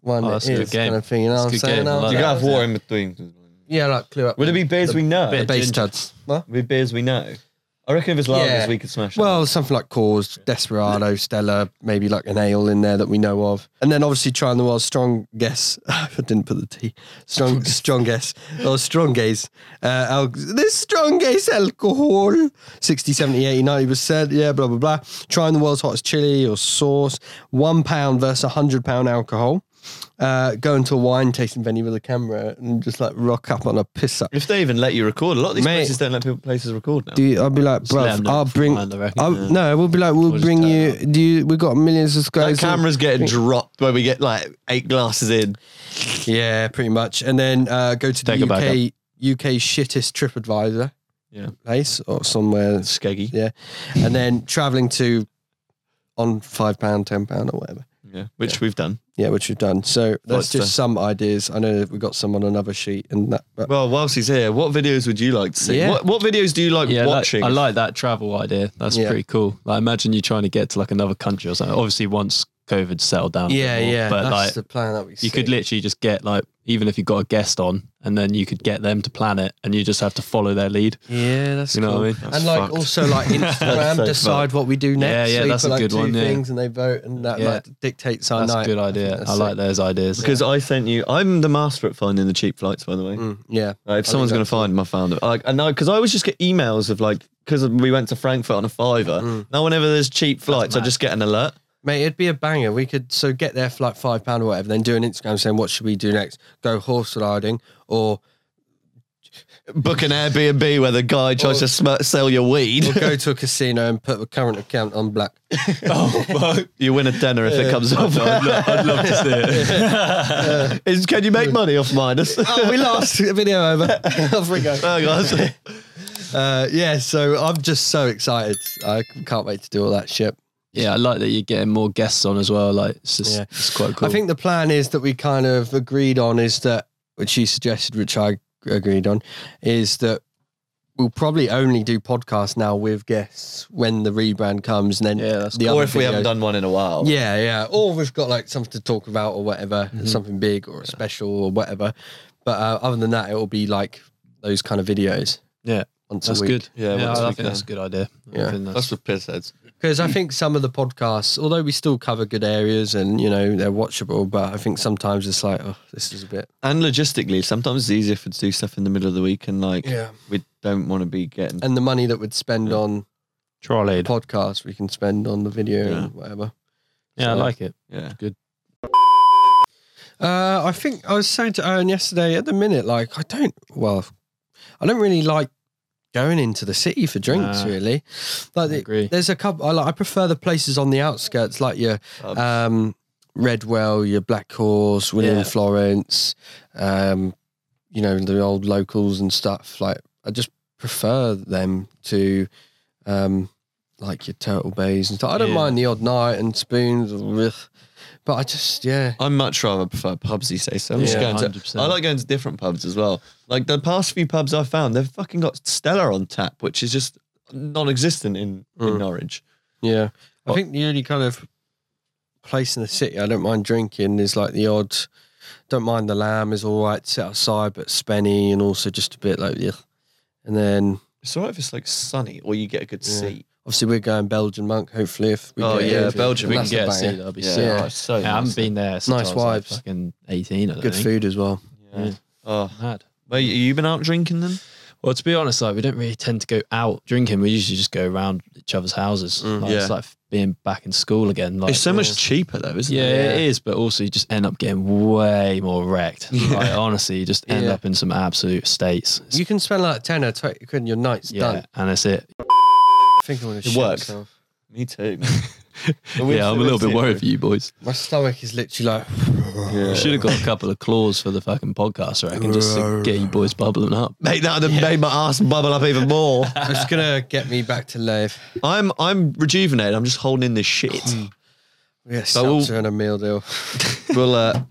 one Oh, it that's a good is, game. kind of thing. You know That's a what I'm good saying? game. I like you that. can have war in between. Yeah, like clear up. Would it be beers we know? the Bit. base Ginger. tuds? Huh? With beers we know. I reckon if it's lagers, Yeah. we could smash it. Well, something like Coors, Desperado, Stella, maybe like an ale in there that we know of, and then obviously trying the world's strong guess. I didn't put the T. Strong, strong guess or strong gaze. Uh, al- this strong gaze alcohol, 60, 70, 80, 90 percent. Yeah, blah blah blah. Trying the world's hottest chili or sauce. One pound versus a hundred pound alcohol. Uh, going to a wine tasting venue with a camera and just like rock up on a piss up. If they even let you record, a lot of these Mate. places don't let people places record now. Do you, I'll be like, let bruv, 'em know I'll bring. beforehand, I reckon, I'll, yeah. No, we'll be like, we'll, We'll just bring turn you. Do you? We got millions of that guys. camera's getting dropped where we get like eight glasses in. Yeah, pretty much. And then uh, go to Take the it back UK UK shittest TripAdvisor. Yeah. Place or somewhere, Skeggy. yeah, and then traveling to on five pound, ten pound, or whatever. Yeah. Which we've done. Yeah, which we've done. So that's What's just the- some ideas. I know we got some on another sheet, and that. But Well, whilst he's here, what videos would you like to see? Yeah. What, what videos do you like Yeah, like- watching? I like that travel idea. That's Yeah. pretty cool. Like, imagine you trying to get to like another country or something. Obviously, once COVID settled down, a bit yeah, more, yeah, But that's like, the plan that we. you could literally just get like, even if you got a guest on, and then you could get them to plan it, and you just have to follow their lead. yeah, that's You know cool. what I mean? and like fucked. also like Instagram That's so decide what we do next. Yeah, yeah, so you that's put, a like good two one, yeah. things and they vote and that Yeah. like dictates our That's night. a good think idea. that's I like sick. those ideas. because I sent you. I'm the master at finding the cheap flights, by the way. Mm, yeah. Uh, if someone's going to find them, I found it. Like, and I because I always just get emails of like because we went to Frankfurt on a fiver. Mm. Now whenever there's cheap flights, I mad. just get an alert. Mate, it'd be a banger. We could so get there for like five pound or whatever, then do an Instagram saying what should we do next? Go horse riding or Book an Airbnb where the guy tries Or- to sm- sell your weed. or go to a casino and put the current account on black. You win a tenner if it comes off. I'd love to see it. Is- Can you make money off minus? Oh, we lost. Video over. Off we go. Oh, guys. Uh, yeah, so I'm just so excited. I can't wait to do all that shit. Yeah, I like that you're getting more guests on as well. Like, it's just Yeah. it's quite cool. I think the plan is that we kind of agreed on is that, which you suggested, which I agreed on, is that we'll probably only do podcasts now with guests when the rebrand comes, and then Yeah, that's the or other if we haven't videos. done one in a while. Yeah, yeah. Or we've got like something to talk about or whatever, Mm-hmm. something big or a special or whatever. But uh, other than that, it'll be like those kind of videos Yeah, once that's a week. good. Yeah, yeah once I we think can. that's a good idea. I Yeah. think That's with piss heads. Because I think some of the podcasts, although we still cover good areas and you know they're watchable, but I think sometimes it's like, oh, this is a bit. And logistically, sometimes it's easier for to do stuff in the middle of the week and like Yeah. we don't want to be getting And the money that we'd spend on trolleyed. podcasts, we can spend on the video Yeah. and whatever. Yeah, I So- like it. yeah. Uh, I think I was saying to Owen yesterday. At the minute, like I don't. Well, I don't really like going into the city for drinks. Nah. really, I like the- agree. there's a couple. I like. I prefer the places on the outskirts, like your Pubs. uh, um, Redwell, your Black Horse, William Yeah. Florence. Um, you know the old locals and stuff. Like I just prefer them to, um, like your Turtle Bays and stuff. I don't Yeah. mind the odd night and spoons, but I just yeah. I much rather prefer pubs these days. So I'm just Yeah, going to, 100%. I like going to different pubs as well. Like the past few pubs I've found, they've fucking got Stella on tap, which is just non-existent in, in Mm. Norwich. Yeah. I think the only kind of place in the city I don't mind drinking is like the odd, don't mind the lamb is all right, sit outside, but spenny and also just a bit like, yeah. And then It's all right if it's like sunny or you get a good Yeah. seat. obviously we're going Belgian monk, hopefully, if we Oh, get yeah, in. Belgium, we can That's a get a banger. seat. That'll be Yeah, sick. Yeah. oh, it's so Yeah, I haven't nice. been there. Since Nice I was like vibes. fucking eighteen. I don't Good think. food as well. Yeah. Yeah. Oh, Mad. Mate, you been out drinking then? Well, to be honest, like we don't really tend to go out drinking. We usually just go around each other's houses. Like, Mm. yeah. It's like being back in school again. Like, It's so much cheaper though, isn't Yeah, it? it is, but also you just end up getting way more wrecked. Like, honestly, you just end Yeah. up in some absolute states. It's- You can spend like 10 or 20 quid and your night's yeah, done. and that's it. I think I'm going to shit worked. myself. Me too. yeah, I'm a little bit worried for you boys. My stomach is literally like, We should have got a couple of claws for the fucking podcast, I reckon, just to get you boys bubbling up. Mate, that would have made my ass bubble up even more. it's going to get me back to life. I'm I'm rejuvenated. I'm just holding in this shit. Hmm. Yeah, we'll- seltzer and a meal deal. we'll uh,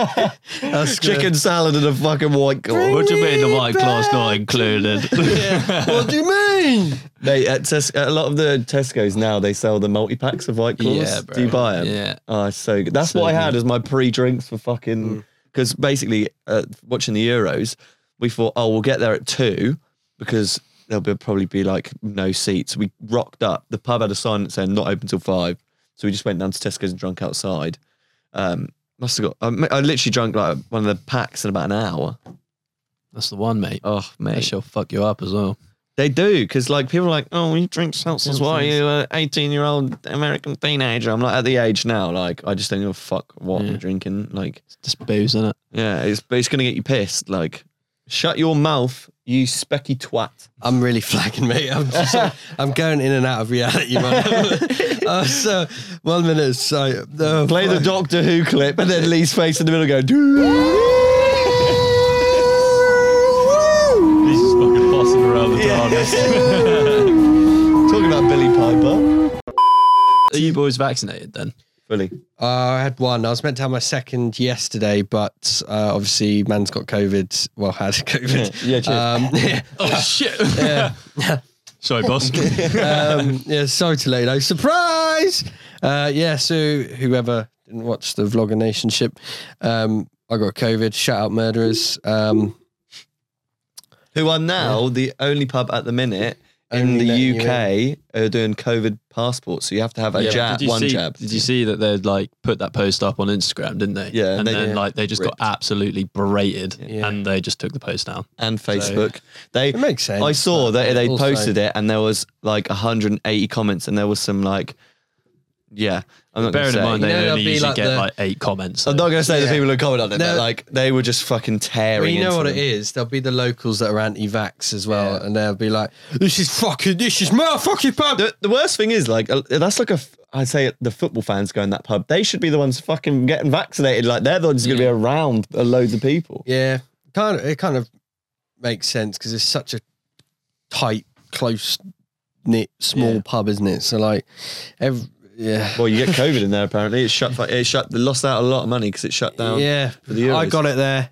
chicken salad and a fucking white claw. What do you mean the white claws not included? what do you mean? Mate, at Tes- at a lot of the Tesco's now they sell the multi packs of white claws. Yeah, bro. Do you buy them? Yeah. Oh, it's so good. That's what I had as my pre drinks for fucking. Because basically, uh, watching the Euros, we thought, oh, we'll get there at two because there'll be, probably be like no seats. We rocked up. The pub had a sign that said not open till five. So we just went down to Tesco's and drunk outside. Um, must have got, I, I literally drank like one of the packs in about an hour. That's the one, mate. Oh, That mate. shall fuck you up as well. They do, because like people are like, oh, you drink seltzers. Why are you an 18 year old American teenager? I'm like at the age now, like, I just don't give a fuck what I'm Yeah. drinking. Like, It's just booze, is it? yeah, it's, but it's going to get you pissed. Like, shut your mouth, you specky twat. I'm really flagging, mate. I'm just, I'm going in and out of reality, man. uh, so one minute, so uh, Play the Doctor Who clip and then Lee's face in the middle go, "Doo." He's just fucking bossing around the TARDIS. Talking about Billy Piper. Are you boys vaccinated then? Fully. Uh, I had one. I was meant to have my second yesterday, but uh, obviously, man's got COVID. Well, had COVID. Yeah, cheers. Um, yeah, Oh shit! yeah, Sorry, boss. um, yeah, sorry to Lado. Surprise! Uh, yeah, so whoever didn't watch the Vlogger Nationship, um, I got COVID. Shout out murderers. Um, who are now the only pub at the minute in Only letting you the UK are doing COVID passports. So you have to have a jab, did you one see, jab. Did you see that they'd like put that post up on Instagram, didn't they? Yeah, and they- then yeah. like they just Ripped. got absolutely berated, Yeah. and they just took the post down. and Facebook. They It makes sense. I saw that they Also- posted it and there was like 180 comments and there was some like yeah, I'm not going Bearing to in mind they You know, only that'd be usually like get the- like eight comments. I'm not going to say the Yeah. people who commented on it, No. but like they were just fucking tearing. Well, you know into what them. it is. There'll be the locals that are anti-vax as well, and they'll be like, "This is fucking, this is my fucking pub." The, the worst thing is like uh, that's like a f- I'd say the football fans going that pub. They should be the ones fucking getting vaccinated. Like they're the ones going to be around a loads of people. Yeah, kind of. It kind of makes sense because it's such a tight, close knit, small Yeah. pub, isn't it? So like, every, yeah, Well, you get COVID in there apparently. It shut. It shut. They lost out a lot of money because it shut down. yeah. for the Euros. I got it there.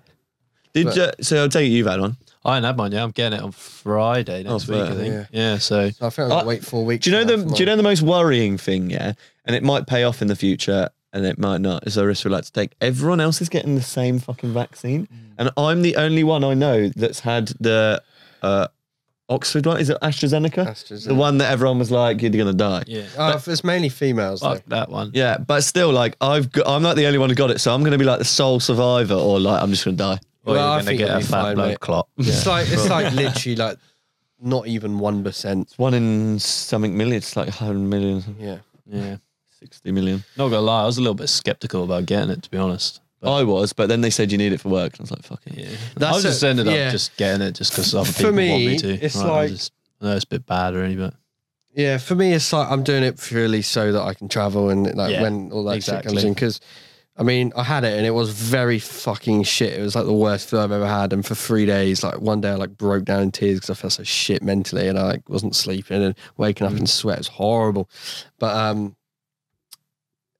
Did you, so I'll take it you've had one. I haven't had mine yet. I'm getting it on Friday Oh, next week. I fair. think. Yeah. Yeah. So So I think I'm gonna Uh, wait four weeks. Do you know now the for Do mine. you know the most worrying thing? Yeah, and it might pay off in the future, and it might not. Is the risk we like to take? Everyone else is getting the same fucking vaccine, Mm. and I'm the only one I know that's had the uh, Oxford one. Is it AstraZeneca? AstraZeneca. The one that everyone was like, "You're gonna die." yeah, Oh, it's mainly females. Though. fuck that one. Yeah, but still, like I've got, I'm not the only one who got it, so I'm gonna be like the sole survivor, or like I'm just gonna die. Or Well, I you're gonna think get it'll a be fat fine, blood mate. clot. It's like it's like literally like not even one percent. It's one in something million. It's like 100 million, Yeah. Yeah. 60 million. Not gonna lie, I was a little bit skeptical about getting it to be honest. But I was, but then they said you need it for work, and I was like, "Fuck it." yeah, That's I just a- ended up yeah. just getting it just because other For people want me, me to. it's I like- just- I know it's a bit bad already, but Yeah, for me, it's like I'm doing it purely so that I can travel and like Yeah, when all that shit comes exactly. in. Because I mean, I had it and it was very fucking shit. It was like the worst flu I've ever had. And for three days, like one day, I like broke down in tears because I felt so shit mentally and I like wasn't sleeping and waking up Mm. in sweat. It was horrible, but um,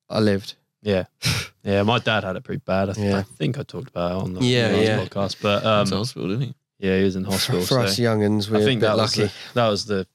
I lived. yeah, yeah. My dad had it pretty bad. I, th- Yeah. I think I talked about it on the Yeah, last yeah. podcast, but Um, to um, hospital, didn't he? yeah, he was in For, hospital. for us so younguns, I we're a think bit that was lucky. the, that was the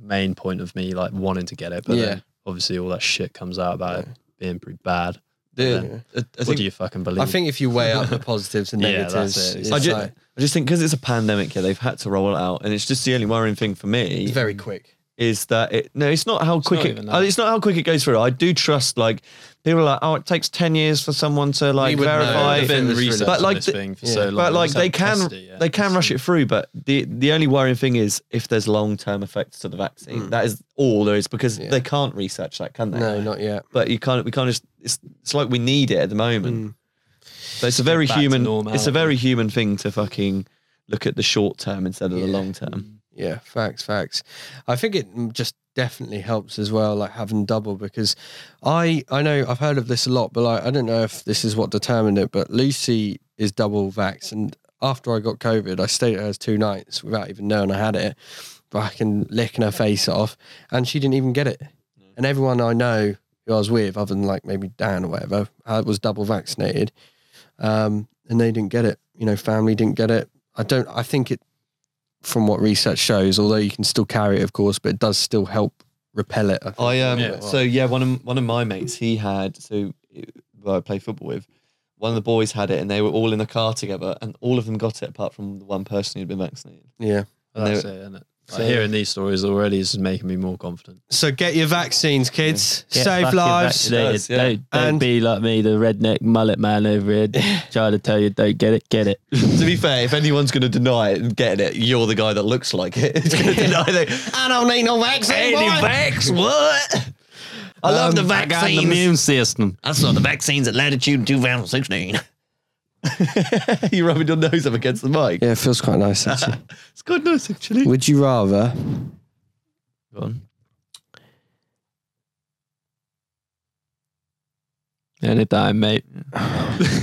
main point of me like wanting to get it, but Yeah. then obviously all that shit comes out about it being pretty bad. The, I, I what think, do you fucking believe? I think if you weigh up the positives and Yeah, that's negatives, it. it's I, just, like- I just think because it's a pandemic, yeah, they've had to roll it out, and it's just the only worrying thing for me it's very quick. is that it. No, it's not how quick not it. even uh, that. It's not how quick it goes through. I do trust like people are like, oh, it takes ten years for someone to like would know verify. if it been was really- researching But, like, this the- thing for yeah. so long. But like It's they like can, tested, yeah. they can rush it through. But the the only worrying thing is if there's long term effects to the vaccine. That is all there is because Yeah. they can't research that, can they? No, not yet. But you can't. We can't just. It's, it's like we need it at the moment. But it's a Get very back to human. It's a normality. very human thing to fucking look at the short term instead of the long term. Yeah, facts, facts. I think it mm, just definitely helps as well, like having double because I I know I've heard of this a lot, but like I don't know if this is what determined it, but Lucy is double vax and after I got COVID, I stayed at hers two nights without even knowing I had it, fucking licking her face off, and she didn't even get it. And everyone I know who I was with, other than like maybe Dan or whatever, uh, was double vaccinated, um, and they didn't get it. You know, family didn't get it. I don't. I think it from what research shows, although you can still carry it, of course, but it does still help repel it. I think. I um. Hmm. Yeah, well- so yeah, one of one of my mates, he had so who I play football with. One of the boys had it, and they were all in the car together, and all of them got it apart from the one person who'd been vaccinated. yeah. Well, That's it, isn't it? Like, hearing these stories already is just making me more confident. So get your vaccines, kids. fucking vaccinated. Yes, yeah. Don't, don't And- be like me, the redneck mullet man over here, trying to tell you don't get it, get it. to be fair, if anyone's going to deny it and getting it, you're the guy that looks like it. It's going to deny that. I don't need no vaccine. boy. vax? What? I love Um, the vaccines. system. I saw the vaccines at latitude 2016. You're rubbing your nose up against the mic. Yeah, it feels quite nice. Actually. It's quite nice, actually. Would you rather Anytime, mate.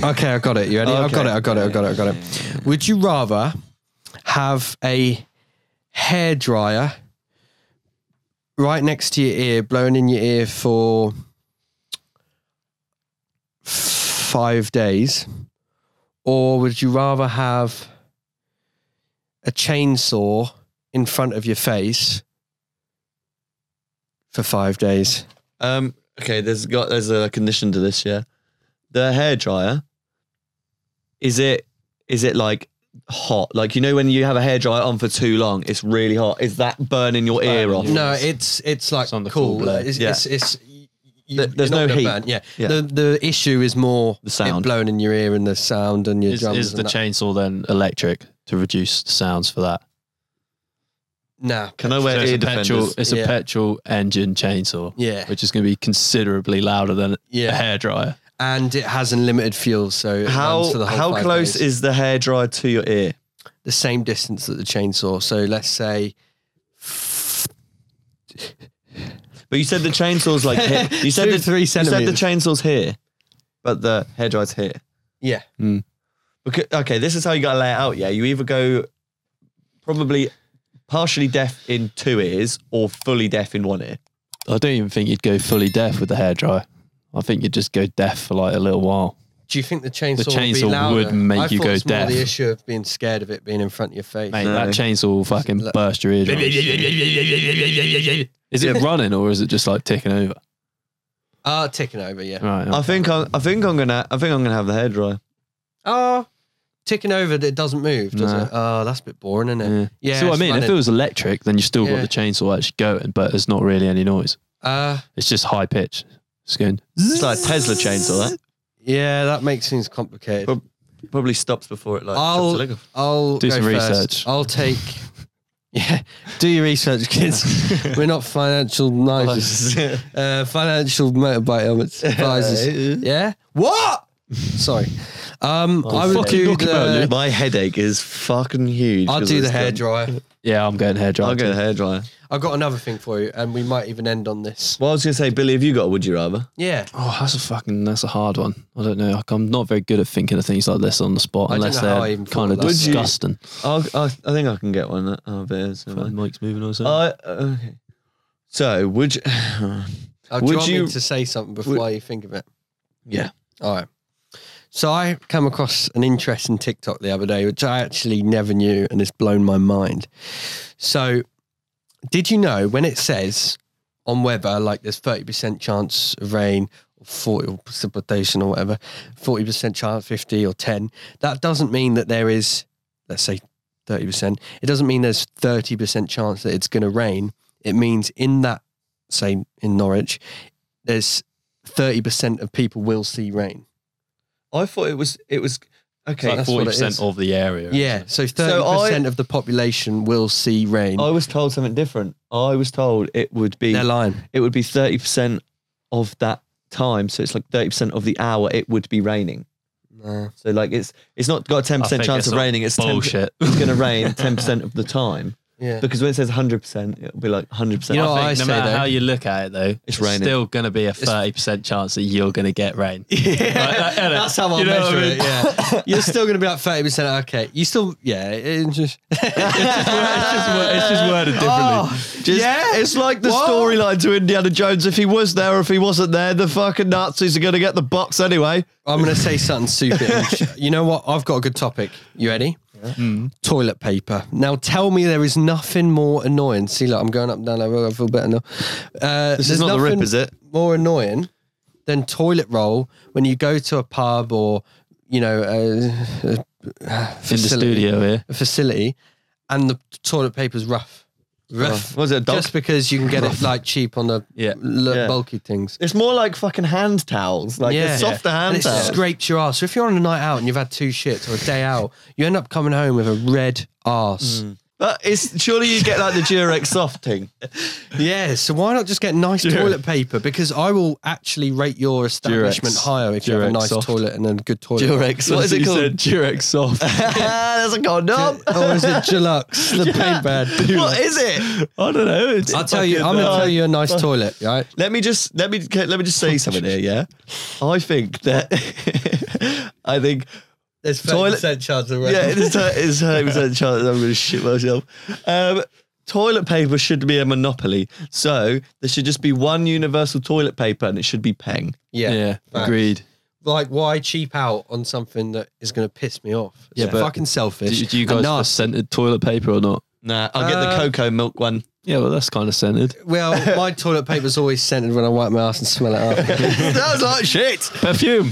Okay, I got it. You ready? I got it. I got it. I got it. I got it. Would you rather have a hair dryer right next to your ear, blowing in your ear for five days, or would you rather have a chainsaw in front of your face for five days? Um, okay, there's got there's a condition to this, yeah. The hair dryer. Is it is it like hot? Like you know when you have a hair dryer on for too long, it's really hot. Is that burning your ear burning off? your- No, it's it's like It's on the cool. full blow. It's, Yeah. it's, it's, y- you- There- there's you're not no gonna heat. burn. Yeah. Yeah. The the issue is more The sound. it blowing in your ear and the sound and your Is, drums. is the and that. chainsaw then electric to reduce the sounds for that? Nah. Can I wear So it's ear a petrol. defenders? It's Yeah. a petrol engine chainsaw, Yeah. which is going to be considerably louder than Yeah. a hairdryer. And it has unlimited fuel, so it runs for How the whole how five close days. is the hair dryer to your ear? the same distance that the chainsaw? So let's say But you said the chainsaw's like here. you said Two, the three you said the centimeters. chainsaw's here, but the hair dryer's here. yeah. Because, okay, this is how you got to lay it out. Yeah, you either go probably partially deaf in two ears or fully deaf in one ear. I don't even think you'd go fully deaf with the hairdryer. I think you'd just go deaf for like a little while. Do you think the chainsaw, chainsaw would, be louder? would make I you thought go it's more deaf. The issue of being scared of it being in front of your face. Mate, No. that chainsaw will fucking Look. burst your eardrums. is it running or is it just like ticking over? Ah, ticking over, yeah. Right. I okay. think I'm, I think I'm gonna I think I'm gonna have the hairdryer. Oh, ticking over that it doesn't move, does No. it? Oh, that's a bit boring, isn't it? Yeah. Yeah. See what I it's mean? If running. it was electric, then you still Yeah. got the chainsaw actually going, but it's not really any noise. uh, It's just high pitch. It's going. It's like a Tesla chainsaw. That yeah, that makes things complicated. Prob- probably stops before it like. I'll- tips the leg off. I'll Do go some first. research. I'll take. Yeah, do your research, kids. We're not financial advisors. uh, financial motorbike helmets advisors. Yeah. What? Sorry. Um, I would fucking do knock him out, the. My headache is fucking huge. I'll 'cause do the it's done- hairdryer. Yeah, I'm going hairdryer. I'll too. go the hairdryer. I've got another thing for you, and we might even end on this. Well, I was gonna say, Billy, have you got a would you rather? Yeah. Oh, that's a fucking that's a hard one. I don't know. Like, I'm not very good at thinking of things like this on the spot I don't unless know how I they're even kind thought of of that. Would you- disgusting. I'll, I, I think I can get one. that- Oh, there's. never mind. Oh, Mike's moving on. so- I okay. So would you? Oh, do Would you want you- me to say something before you think of it? yeah. All right. So I come across an interesting TikTok the other day, which I actually never knew, and it's blown my mind. So, did you know when it says on weather, like there's thirty percent chance of rain, or forty or precipitation, or whatever, forty percent chance, fifty or ten? That doesn't mean that there is, let's say, thirty percent. It doesn't mean there's thirty percent chance that it's going to rain. It means in that, say, in Norwich, there's thirty percent of people will see rain. I thought it was. It was okay. It's like that's what it forty percent is. of the area. Yeah, so thirty So I- percent of the population will see rain. I was told something different. I was told it would be They're lying. it would be thirty percent of that time. So it's like thirty percent of the hour it would be raining. So like it's it's not got a ten I think percent chance of it's all raining. It's 10 bullshit. it's going to rain ten percent of the time Yeah. because when it says hundred percent, it'll be like hundred percent. Oh, You know what I think I no say, matter though? how you look at it, though, it's, raining. still going to be a thirty percent chance that you're going to get rain. That's how I You know what I measure it. mean? Yeah, you're still going to be like thirty percent. Okay, you still. Yeah, it just. it's, just, wo- it's just worded differently. Just, Oh, Yeah? It's like Oh. the What? storyline to Indiana Jones. If he was there or if he wasn't there, the fucking Nazis are going to get the box anyway. I'm going to say something super. inch- you know what? I've got a good topic. You ready? Hmm. Toilet paper. Now tell me there is nothing more annoying. See, look, I'm going up and down. I feel- I feel better now. Uh, This is not the rip, is it? More annoying than toilet roll when you go to a pub or you know a, a- a In the facility, studio here, a facility, and the toilet paper's rough. Rough. Was it a dog? Just because you can get it like cheap on the Yeah. l- Yeah. bulky things. It's more like fucking hand towels. Like Yeah. they're softer hand And it towels. scrapes your ass. So if you're on a night out and you've had two shits or a day out, you end up coming home with a red ass. Mm. But it's surely you get like the Durex soft thing. Yeah. So why not just get nice toilet paper? Because I will actually rate your establishment higher if you have a Durex nice soft. toilet and a good toilet. What is it You called? said Durex soft. That's a condom. or Oh, is it Gelux? The paint bad. what is it? I don't know. It's, I'll tell you. I'm gonna tell you a nice toilet, right? Let me just let me let me just say something here. Yeah, I think that I think There's Toilet- chance of yeah, it is hurt. It's hurt. It's hurt. Chance I'm going to shit myself. Um, toilet paper should be a monopoly. So there should just be one universal toilet paper, and it should be Peng. Yeah. yeah, Facts. agreed. Like, why cheap out on something that is gonna piss me off? It's Yeah, but fucking selfish. Do, do you and guys have nasty. scented toilet paper or not? Nah, I'll get Uh, the cocoa milk one. Yeah, well, that's kind of scented. Well, my toilet paper's always scented when I wipe my ass and smell it up. Sounds like shit. Perfume.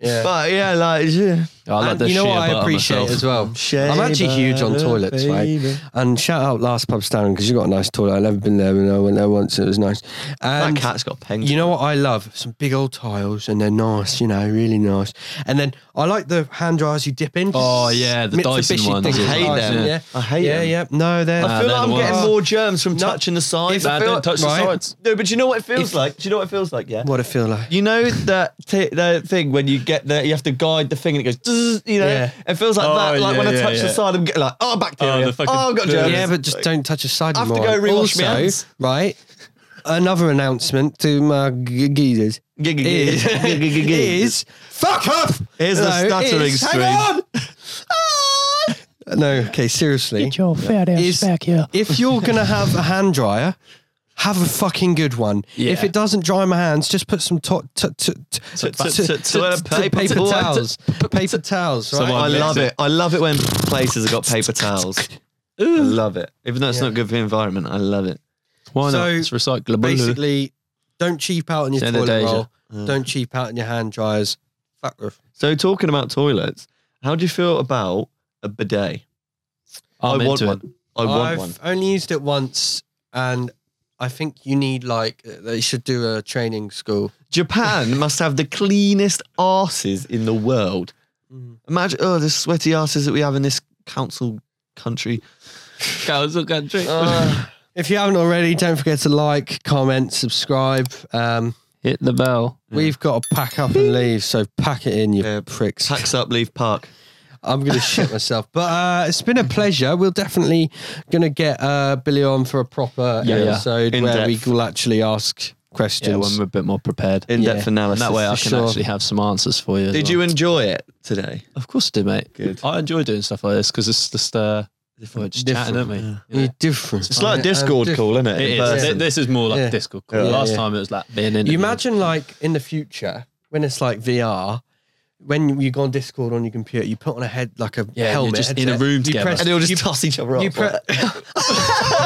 Yeah. But yeah, like yeah. I like And the you know sheer what I butt of appreciate myself. as well? Shea I'm actually huge on butter, toilets, baby. right? And shout out Last Pub Standing because you got a nice toilet. I've never been there, but I went there once. It was nice. That And cat's got Peng. you know what I love? Some big old tiles, and they're nice. You know, really nice. And then I like the hand dryers you dip in. Oh, yeah, the Dyson Mitsubishi ones. things. I hate Dyson, them. Yeah, I hate yeah, them. Yeah, No, Uh, they're. I feel they're like the I'm getting ones. more germs from touching the sides. I Nah, feel don't like- touch the right. sides. No, but do you know what it feels If- like? Do you know what it feels like? Yeah. what I feel like. You know that t- the thing when you get there, you have to guide the thing and it goes, "Dzz," you know, Yeah. it feels like Oh, that. Like yeah, when I yeah, touch the yeah. side, I'm getting like, oh, bacteria. Oh, Oh, the fucking- I've got Yeah, germs. Yeah, but just don't touch a side. I have to anymore. go rewash also, my hands. Right. Another announcement to my g- geezers Gig, gig, gig. is, is fuck off. Here's the stuttering is- scream. Hang on. no, okay, seriously. Your fat Is- ass back here. If you're gonna have a hand dryer, have a fucking good one. Yeah. If it doesn't dry my hands, just put some to- to- to- to- To- to- to- to- to- to- paper paper towels. towels. Paper towels, right? I Someone mixed love it. it. I love it when places have got paper towels. I love it. Even though it's Yeah. not good for the environment, I love it. Why So, not? It's recyclable. Basically, don't cheap out on your End of toilet days, roll. Don't cheap out on your hand dryers. Fuck with. So talking about toilets, how do you feel about a bidet? I'm I want into it. one. I want I've one. only used it once, and I think you need like they should do a training school. Japan must have the cleanest asses in the world. Imagine, oh, the sweaty asses that we have in this council country. Council country. Uh, If you haven't already, don't forget to like, comment, subscribe. Um, Hit the bell. We've got to pack up and leave, so pack it in, you Yeah, pricks. Tax up, leave park. I'm gonna shit myself, but uh, it's been a pleasure. We're definitely gonna get uh, Billy on for a proper Yeah, yeah. episode In where depth. we will actually ask yeah, questions. when we're a bit more prepared. In depth Yeah. analysis. And that way I for can sure. actually have some answers for you. as Did well. you enjoy it today? Of course I did, mate. Good. I enjoy doing stuff like this because it's just, uh, we're just chatting, different, aren't we? You know? You're different. um, It's like a Discord call, isn't it? It In is. person. Th- This is more like Yeah. Discord call. Yeah, Last yeah. time it was like being in. You imagine like in the future when it's like VR, when you go on Discord on your computer, you put on a head like a you're helmet just in headset, a room you together. press- And they'll just you- toss each other you off. pre-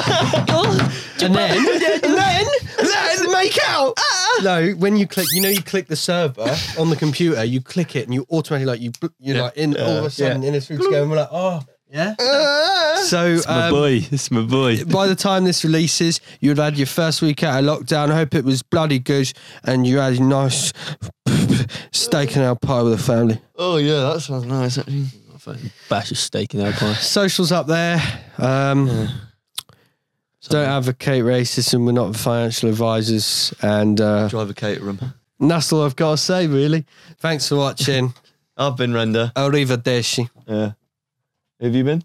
and then, then, then uh, make out. No, when you click, you know, you click the server on the computer, you click it, and you automatically like you, bl- you're like in all of a sudden in this room together, and we're like, oh yeah. So um, boy. It's my boy. by the time this releases, you'll had your first week out of lockdown. I hope it was bloody good, and you had a nice steak and our pie with the family. Oh, yeah, that sounds nice, actually. Bash a steak in our pie. Socials up there. Um, Don't advocate racism. We're not financial advisors, and uh, Drive a caterer. And that's all I've got to say, really. Thanks for watching. I've been Render. Arrivederci. Yeah. Have you been?